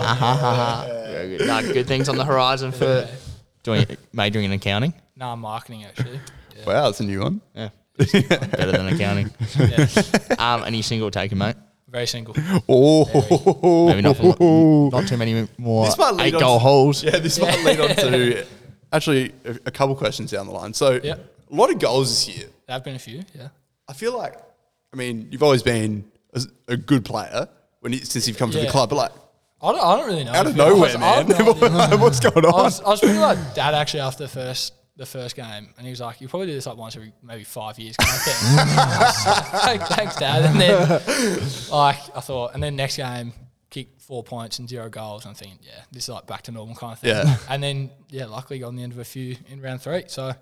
Very good. Nah, good things on the horizon for doing majoring in accounting. Nah, marketing actually. Wow, that's a new one. Yeah. Better <laughs> than accounting. Um, any single taken, mate? <laughs> Very single. Oh, Maybe not for <laughs> not too many more This might lead eight on goal to- holes. Yeah, this might lead on <laughs> to actually a, a couple questions down the line. So, Yeah. a lot of goals this year. There have been a few. Yeah. I feel like, I mean, you've always been a, a good player when you, since you've come to the Yeah. club, but like I don't, I don't really know. out to of <laughs> be honest. nowhere, I have man, no <laughs> idea. what's going I on? was, I was pretty like dad actually after the first the first game, and he was like, "You probably do this like once every maybe five years." Kind of thing. <laughs> I was like, Thanks, dad. And then like I thought, and then next game kicked four points and zero goals. And I'm thinking, yeah, this is like back to normal kind of thing. Yeah. And then yeah, luckily got on the end of a few in round three. So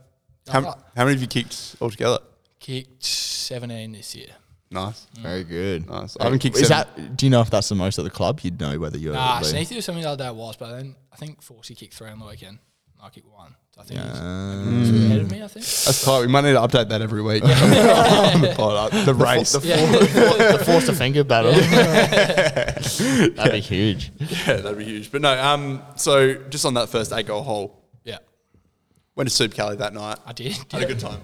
How, I how many have you kicked altogether? kicked 17 this year. Nice, Very good. nice. I haven't kicked. Is seven. that? Do you know if that's the most at the club? You'd know whether you're. Nah, the- Sneaky was something like that was, but then I think Forsey kicked three on the weekend. and I kicked one. So I think he was Uh, ahead of me. I think. That's tight. We might need to update that every <laughs> week. <laughs> On the pod, uh, the race. The, for- the force to finger battle. <laughs> That'd be huge. <laughs> yeah, that'd be huge. But no, um, so just on that first eight goal hole, Yeah, went to Super Cali that night. I did. <laughs> Had a good time.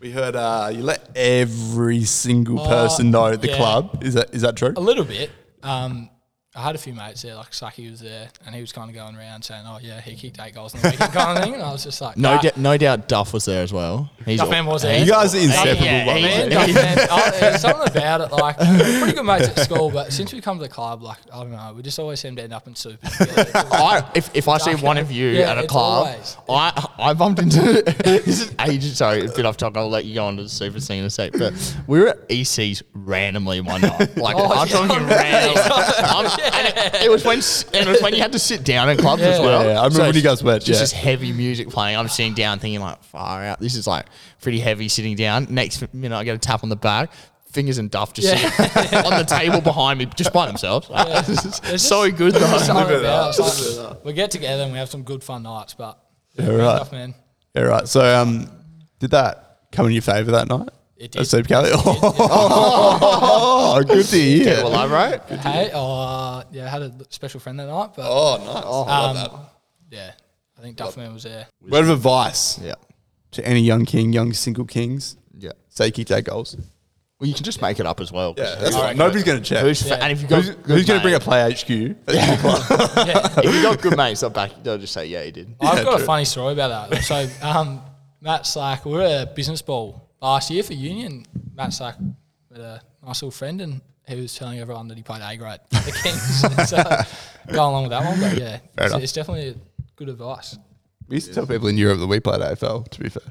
We heard uh, you let every single person know at the Oh, yeah. club. Is that is that true? A little bit. Um, I had a few mates there, like Saki was there, and he was kind of going around saying, "Oh yeah, he kicked eight goals in the weekend," kind of thing. And I was just like, No, nah, doubt no doubt Duff was there as well. He's Duff man was there. You guys are Duff- inseparable, yeah, by the man, way. Duff man. Oh, yeah, something about it, like we're pretty good mates at school, but since we come to the club, like I don't know, we just always seem to end up in super. together. <laughs> I, if, if I see one of you Yeah, at a it's club, always- I I bumped into <laughs> this is ages. Sorry, it's a bit off topic. I'll let you go on to the super scene in a sec. But we were at EC's randomly one <laughs> night. Like I'm Oh, yeah. talking random. I'm- and it, it was when s- and it was when you had to sit down in clubs as Yeah. well. Yeah, yeah, I remember when you guys went, Just this yeah. heavy music playing. I'm sitting down thinking like far out. This is like pretty heavy sitting down. Next minute I get a tap on the back. Fingers and Duff just sitting <laughs> on the table behind me, just by themselves. <laughs> This is There's so just- good though. <laughs> There's something about it, like, Live it up. we get together and we have some good fun nights, but Yeah, right. Duff man. Yeah, right. So, um, did that come in your favour that night? It At did. Super Cali? <laughs> Oh, good <laughs> to hear. Well, elaborate. Hey, uh, yeah, I had a special friend that night, but Oh, nice. um, yeah, I think Duffman was <laughs> there. Word of advice Yeah. to any young king, young single kings: Yeah. say kick eight goals. Well, you can just make it up as well. Yeah, that's I fine. reckon. Nobody's going to check. Who's Who's, fa- and if you got who's, good going to bring a mates- play HQ? If you got good mates, they'll back. They'll just say, "Yeah, he did." I've got a funny story about that. So um, Matt Slack, we were at a business ball last year for Union. Matt Slack had a nice little friend, and he was telling everyone that he played A grade <laughs> at the Kings. <laughs> so going along with that one, but yeah, it's, enough. it's definitely good advice. <laughs> We used to tell people in Europe that we played AFL. To be fair,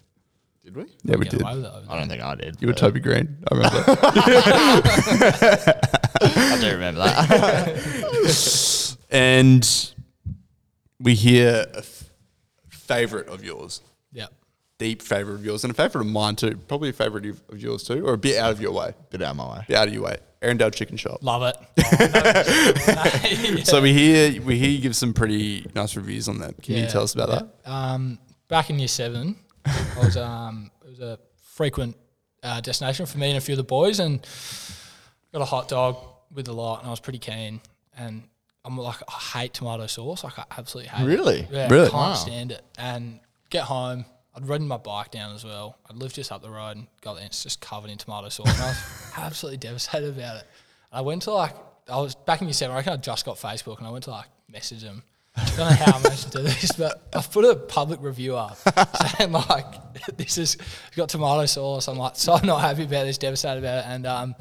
Did we? yeah, we Get did. away with it over I don't think I did. You were but Toby Green. I remember. I <laughs> do remember that. and we hear a f- favourite of yours, there. deep favourite of yours, and a favourite of mine too. Probably a favourite of of yours too, or a bit out of your way. Bit out of my way. Bit out of your way. Arendelle Chicken Shop. Love it. Oh, no. So we hear we hear you give some pretty nice reviews on that. Can you Yeah. tell us about that? um, back in year seven, I was <laughs> um, it was a frequent uh, destination for me and a few of the boys, and got a hot dog with the lot, and I was pretty keen. And I'm like, I hate tomato sauce. Like I absolutely hate. Really? It. Yeah, Really? Can't stand it. And get home. I'd ridden my bike down as well. I'd lived just up the road and got there. and It's just covered in tomato sauce. And I was absolutely devastated about it. I went to like, I was back in year seven. I reckon I just got Facebook, and I went to like message them don't know how I managed to do this, but I've put a public review up saying like <laughs> this is it's got tomato sauce. I'm like so I'm not happy about this, devastated about it. And um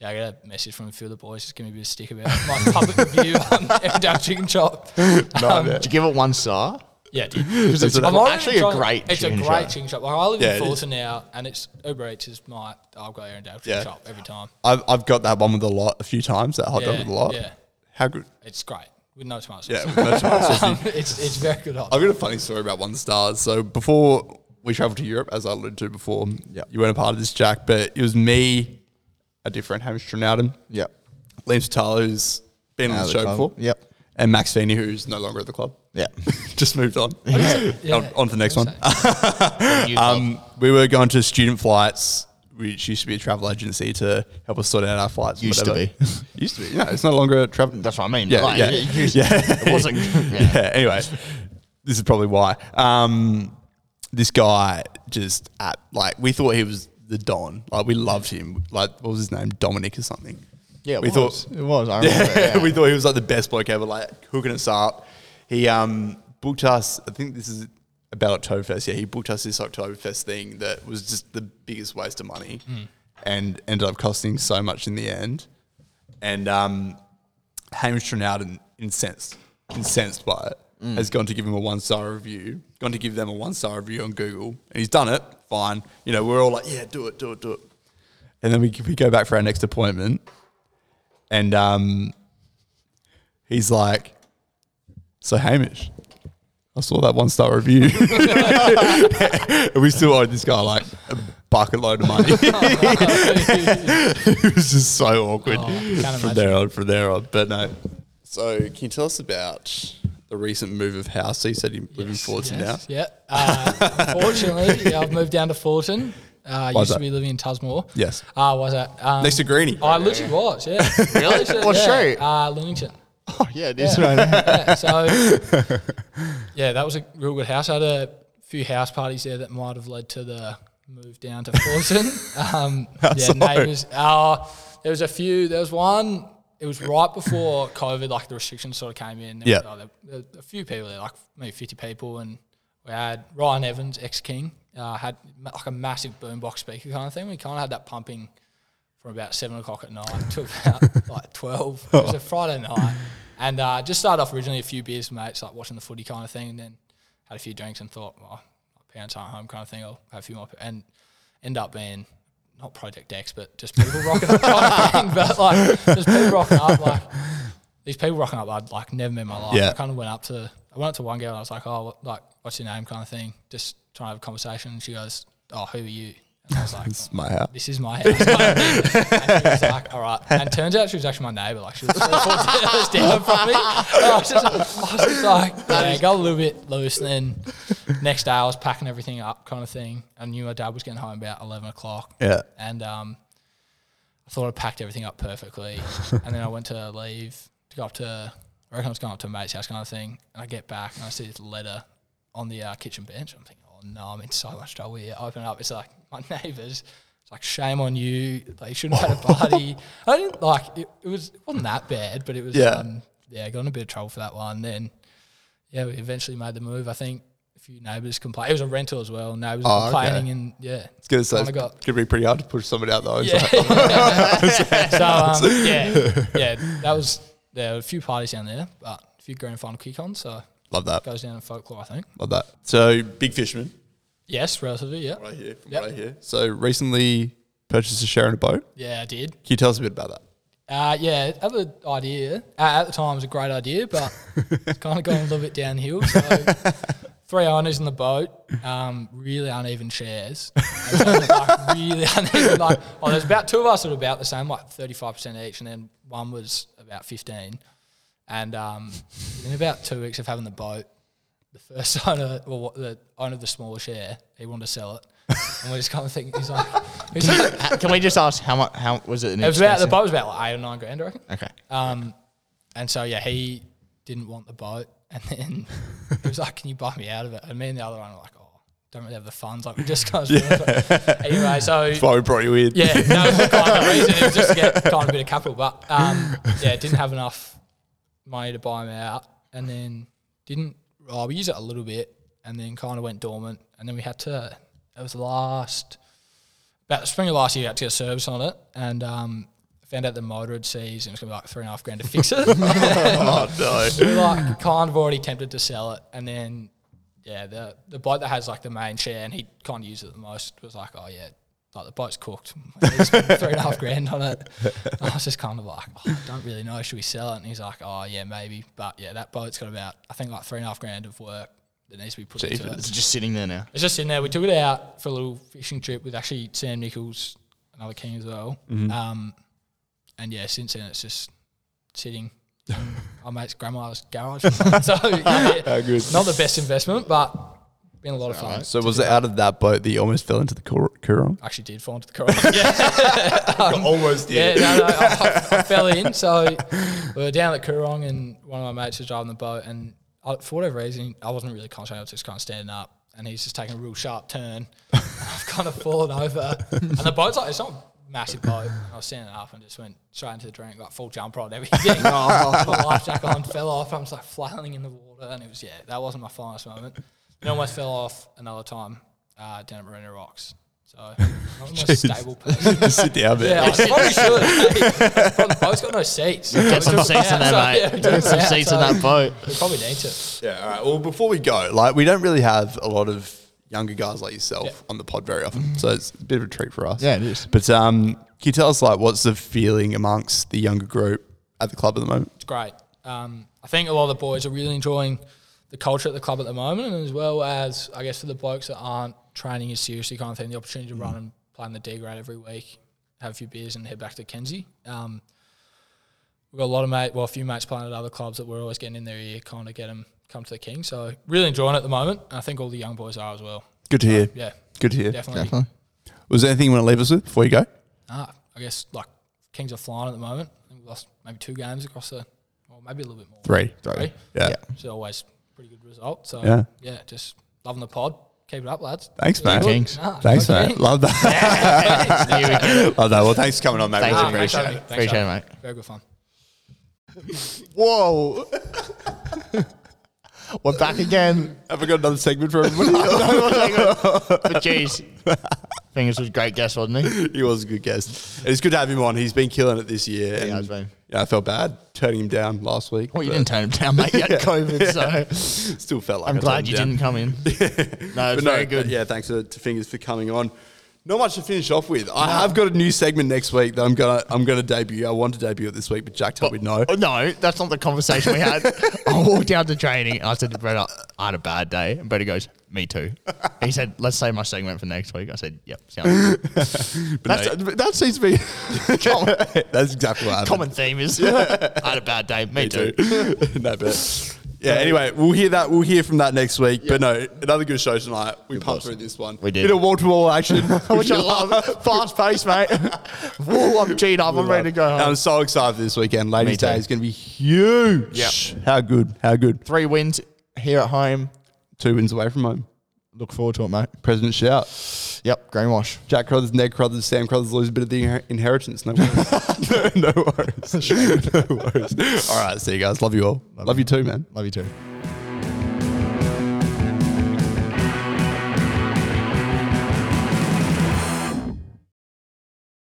yeah, I got a message from a few of the boys just giving me a bit of stick about my public review on <laughs> Everydown Chicken Chop. Um, Did you give it one star? yeah, <laughs> dude. It's I might actually even a try- great. It's a chicken great shop. chicken shop. Like, I live Yeah, it in Fulton is. now, and it's Uber Eats is my I've got Everydown Chicken Yeah. Shop every time. I've, I've got that one with a lot a few times. That hot dog Yeah, with a lot. yeah. How good? It's great with no <laughs> tomato sauce. Yeah. no chance. Um, it's it's very good. hot. I've got a funny story about one stars. So before we travelled to Europe, as I alluded to before. Yep. You weren't a part of this, Jack, but it was me, a different Hamish Trinowden, Yep. Liam Sotalo, who's been on Out the, of the show club. before, Yep. and Max Feeney, who's no longer at the club. Yep. <laughs> Just moved on. on. Yeah, <laughs> On to the next one. <laughs> You Um, we were going to student flights, which used to be a travel agency to help us sort out our flights. and Used to whatever. be. <laughs> used to be. No, it's no longer a travel. That's what I mean. Yeah, Like, yeah, <laughs> it used- yeah. It <laughs> wasn't. yeah. Yeah. Anyway, this is probably why. Um, this guy just at like we thought he was the Don. Like we loved him. Like what was his name? Dominic or something. Yeah, it we was. thought it was. I remember. Yeah. <laughs> we thought he was like the best bloke ever, like hooking us up. He um, booked us, I think this is about Oktoberfest. Yeah, he booked us this Oktoberfest thing that was just the biggest waste of money and ended up costing so much in the end. And um, Hamish Trinowden, incensed, incensed by it, has gone to give him a one star review, gone to give them a one star review on Google. And he's done it, fine. You know, we're all like, yeah, do it, do it, do it. And then we, we go back for our next appointment. And um, he's like, "So Hamish, I saw that one star review. <laughs> and we still owed this guy like a bucket load of money. <laughs> it was just so awkward Oh, can't from there on. From there on, but no. So can you tell us about the recent move of house? So you said you're moving forward to now. Yeah. Uh, <laughs> fortunately, yeah, I've moved down to Fulton. Uh, Why's used that? to be living in Tusmore. Yes. Ah, was that? Um, Next to Greenie. I literally was, yeah. <laughs> really? What street? Uh, Leamington. yeah, it is right now. Yeah, so, yeah, that was a real good house. I had a few house parties there that might have led to the move down to Fulton. Um, yeah, so? neighbours. Uh, there was a few. There was one. It was right before COVID, like the restrictions sort of came in. There Yeah. was, uh, there- there was a few people there, like maybe 50 people, and we had Ryan Evans, ex King, uh, had ma- like a massive boombox speaker kind of thing. We kind of had that pumping from about seven o'clock at night to about <laughs> like twelve. It was a Friday night, and uh, just started off originally a few beers, with mates, like watching the footy kind of thing, and then had a few drinks and thought, well, my parents aren't home, kind of thing. I'll have a few more, and end up being not Project X, but just people rocking up, kind of thing. But like, just people rocking up, like these people rocking up. I'd like never met in my life. Yeah. I kind of went up to, I went up to one girl, and I was like, oh, what, like what's your name, kind of thing, just trying to have a conversation. And she goes, oh, who are you? And I was like, It's my house. this is my house. <laughs> and she was like, all right. And turns out she was actually my neighbour. Like she was four <laughs> doors down from me. And I was just, I was just like, yeah, got a little bit loose. And then next day I was packing everything up kind of thing. I knew my dad was getting home about 11 o'clock. Yeah. And um, I thought I packed everything up <laughs> perfectly. and then I went to leave to go up to, I reckon I was going up to a mate's house kind of thing. And I get back and I see this letter on the uh, kitchen bench. I'm thinking, oh no, I'm in so much trouble here. I open it up. It's like, my <laughs> neighbours. It's like, shame on you. They shouldn't have <laughs> had a Oh. party. I didn't like it, it, was, it wasn't that bad, but it was, Yeah. um, yeah, I got in a bit of trouble for that one. Then, yeah, we eventually made the move. I think a few neighbours complained. It was a rental as well. Neighbours Oh, okay. complaining and, yeah. It's gonna say kinda it's got- gonna be pretty hard to push somebody out though. yeah. <laughs> so um, yeah, yeah, that was there were a few parties down there, but a few grand final kick ons. So Love that. goes down in folklore, I think. Love that. So big fisherman. Yes, relatively. Yeah, Right here, from Yep. right here. So recently purchased a share in a boat. yeah, I did. Can you tell us a bit about that? Uh, yeah, had the idea uh, at the time it was a great idea, but it's kind of gone a little bit downhill. So three owners in the boat, um, really uneven shares, And so, like, really <laughs> uneven. Like, oh, there's about two of us that were about the same, like thirty five percent each, and then one was about fifteen. And um, in about two weeks of having the boat, the first <laughs> owner, well, what- the owner of the smaller share, he wanted to sell it, and we just kind of think he's like, he's like Ha- Can we just ask how much? How was it? An it was about the expensive- boat was about like eight or nine grand, I reckon. Okay. Um, and so yeah, he didn't want the boat, <laughs> and then he was like, "Can you buy me out of it?" And me and the other one were like, "Oh, don't really have the funds." Like we just kind of anyway. So That's why we brought you in. yeah, no, it was kind of the reason. It was just to get kind of a bit of capital, but um, yeah, didn't have enough money to buy him out, and then didn't. Oh, we used it a little bit, and then kind of went dormant, and then we had to. It was last about the spring of last year, we had to get a service on it, and um, found out the motor had seized, and it was gonna be like three and a half grand to fix it. <laughs> Oh no. we were like kind of already tempted to sell it, and then yeah, the the bloke that has like the main share and he kind of used it the most was like, oh yeah, like the boat's cooked. He spent three and a half grand on it. I was just kind of like, oh, I don't really know. Should we sell it? And he's like, oh yeah, maybe. But yeah, that boat's got about I think like three and a half grand of work that needs to be put into It's it. just sitting there now. It's just in there. We took it out for a little fishing trip with actually Sam Nichols, another king as well. Um, and yeah, since then it's just sitting in our mate's grandma's garage. <laughs> so yeah, not the best investment, but been a lot of fun. So was it out of that boat that you almost fell into the Cor- Coorong? Actually, did fall into the corral. <laughs> yeah, almost yeah, no, no, I, I fell in. So we were down at Coorong, and one of my mates was driving the boat, and I, for whatever reason, I wasn't really concentrating. I was just kind of standing up, and he's just taking a real sharp turn. I've kind of fallen over, and the boat's like it's not a massive boat. I was standing up and just went straight into the drink, like full jump on and everything. Put life jacket on, fell off. I was like flailing in the water, and it was yeah, that wasn't my finest moment. And I almost fell off another time uh, down at Marina Rocks. So not the <laughs> most stable person. Sit down there. Yeah, I probably should. Hey, the boat's got no seats. Get some seats in there, Yeah, mate. we don't Get some have seats in so that boat. We probably need to. Yeah, all right. Well, before we go, like we don't really have a lot of younger guys like yourself on the pod very often, so it's a bit of a treat for us. Yeah, it is. But um, can you tell us like what's the feeling amongst the younger group at the club at the moment? It's great. Um, I think a lot of the boys are really enjoying the culture at the club at the moment, and as well as I guess for the blokes that aren't training as seriously kind of thing, the opportunity to Mm. run and play in the D grade every week, have a few beers, and head back to Kenzie. Um, we've got a lot of mate, well, a few mates playing at other clubs that we're always getting in their ear, kind of get them come to the King. So really enjoying it at the moment. And I think all the young boys are as well. Good to hear. Yeah, Good to hear. definitely. Was there anything you want to leave us with before you go? Ah, I guess like Kings are flying at the moment. I think we lost maybe two games across the, or maybe a little bit more. Three. Three. Yeah. It's always pretty good result. So Yeah. yeah, just loving the pod. Keep it up, lads. Thanks, mate. Kings. Nah, Thanks, okay. mate. Love that. Here we <laughs> go. Love that. Well, thanks for coming on, mate. Thank Really you. appreciate Thanks, it. Thanks, Appreciate it, Adam. mate. Very good fun. Whoa. We're back again. Have I got another segment for <laughs> everybody? <laughs> But geez, Fingers was a great guess, wasn't he? he was a good guest. It's good to have him on. He's been killing it this year. and, has been. Yeah, I felt bad turning him down last week. Well, you but didn't turn him down, mate. You had COVID, so <laughs> Still felt like I'm I glad turned you him down. didn't come in. <laughs> No, it's <laughs> But no, very good. Yeah, thanks to, to Fingers for coming on. Not much to finish off with. I have got a new segment next week that I'm gonna I'm gonna debut. I want to debut it this week, but Jack told me no. Oh, No, that's not the conversation we <laughs> had. I walked out to training and I said to Brett, I had a bad day. And Brett goes, Me too. He said, Let's save my segment for next week. I said, Yep, sounds good. That's, that seems to be <laughs> Common, <laughs> that's exactly <laughs> what happened. common theme is I had a bad day. Me, too. <laughs> no, but yeah. Anyway, we'll hear that. We'll hear from that next week. But no, another good show tonight. We pumped through this one. We did. Bit of wall to wall action, <laughs> <laughs> Which I love. Fast pace, <laughs> mate. Whoa, I'm G'd up. I'm ready to go And home. I'm so excited for this weekend. Me Ladies' too. Day is going to be huge. How good? How good? Three wins here at home. Two wins away from home. Look forward to it, mate. President shout. Yep, greenwash. Jack Crothers, Ned Crothers, Sam Crothers lose a bit of the inher- inheritance. No worries. <laughs> <laughs> no, no worries. no worries. All right. See you guys. Love you all. Love you too, man. Love you too.